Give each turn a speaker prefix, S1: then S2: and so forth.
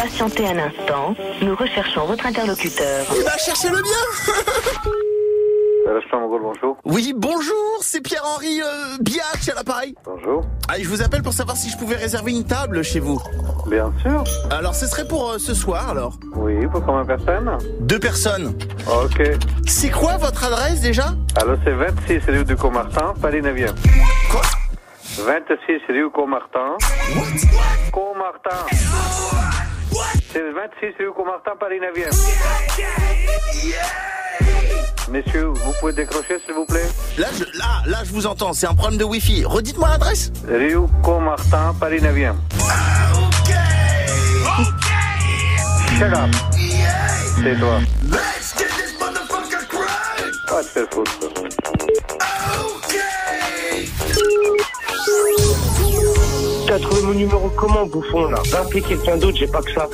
S1: Patientez un instant, nous recherchons votre interlocuteur.
S2: Eh ben, cherchez-le bien
S3: Restaurant Mongol, bonjour.
S2: Oui, bonjour, c'est Pierre-Henri euh, Biatch à l'appareil.
S3: Bonjour.
S2: Ah, je vous appelle pour savoir si je pouvais réserver une table chez vous.
S3: Bien sûr.
S2: Alors, ce serait pour euh, ce soir, alors
S3: Oui, pour combien de personnes
S2: Deux personnes.
S3: Ok.
S2: C'est quoi votre adresse, déjà
S3: Alors, c'est 26 rue du Comartin, Paris 9e.
S2: Quoi
S3: 26 rue Comartin. Comartin. C'est le 26 rue Comartin, Paris 9e. Messieurs, vous pouvez décrocher, s'il vous plaît
S2: Là, je, là, là, je vous entends, c'est un problème de Wi-Fi. Redites-moi l'adresse.
S3: Rue Comartin, Paris 9e. Shut up. C'est toi. Ah, Pas de faire foutre.
S4: T'as trouvé mon numéro comment, bouffon, là Va appeler quelqu'un d'autre, j'ai pas que ça.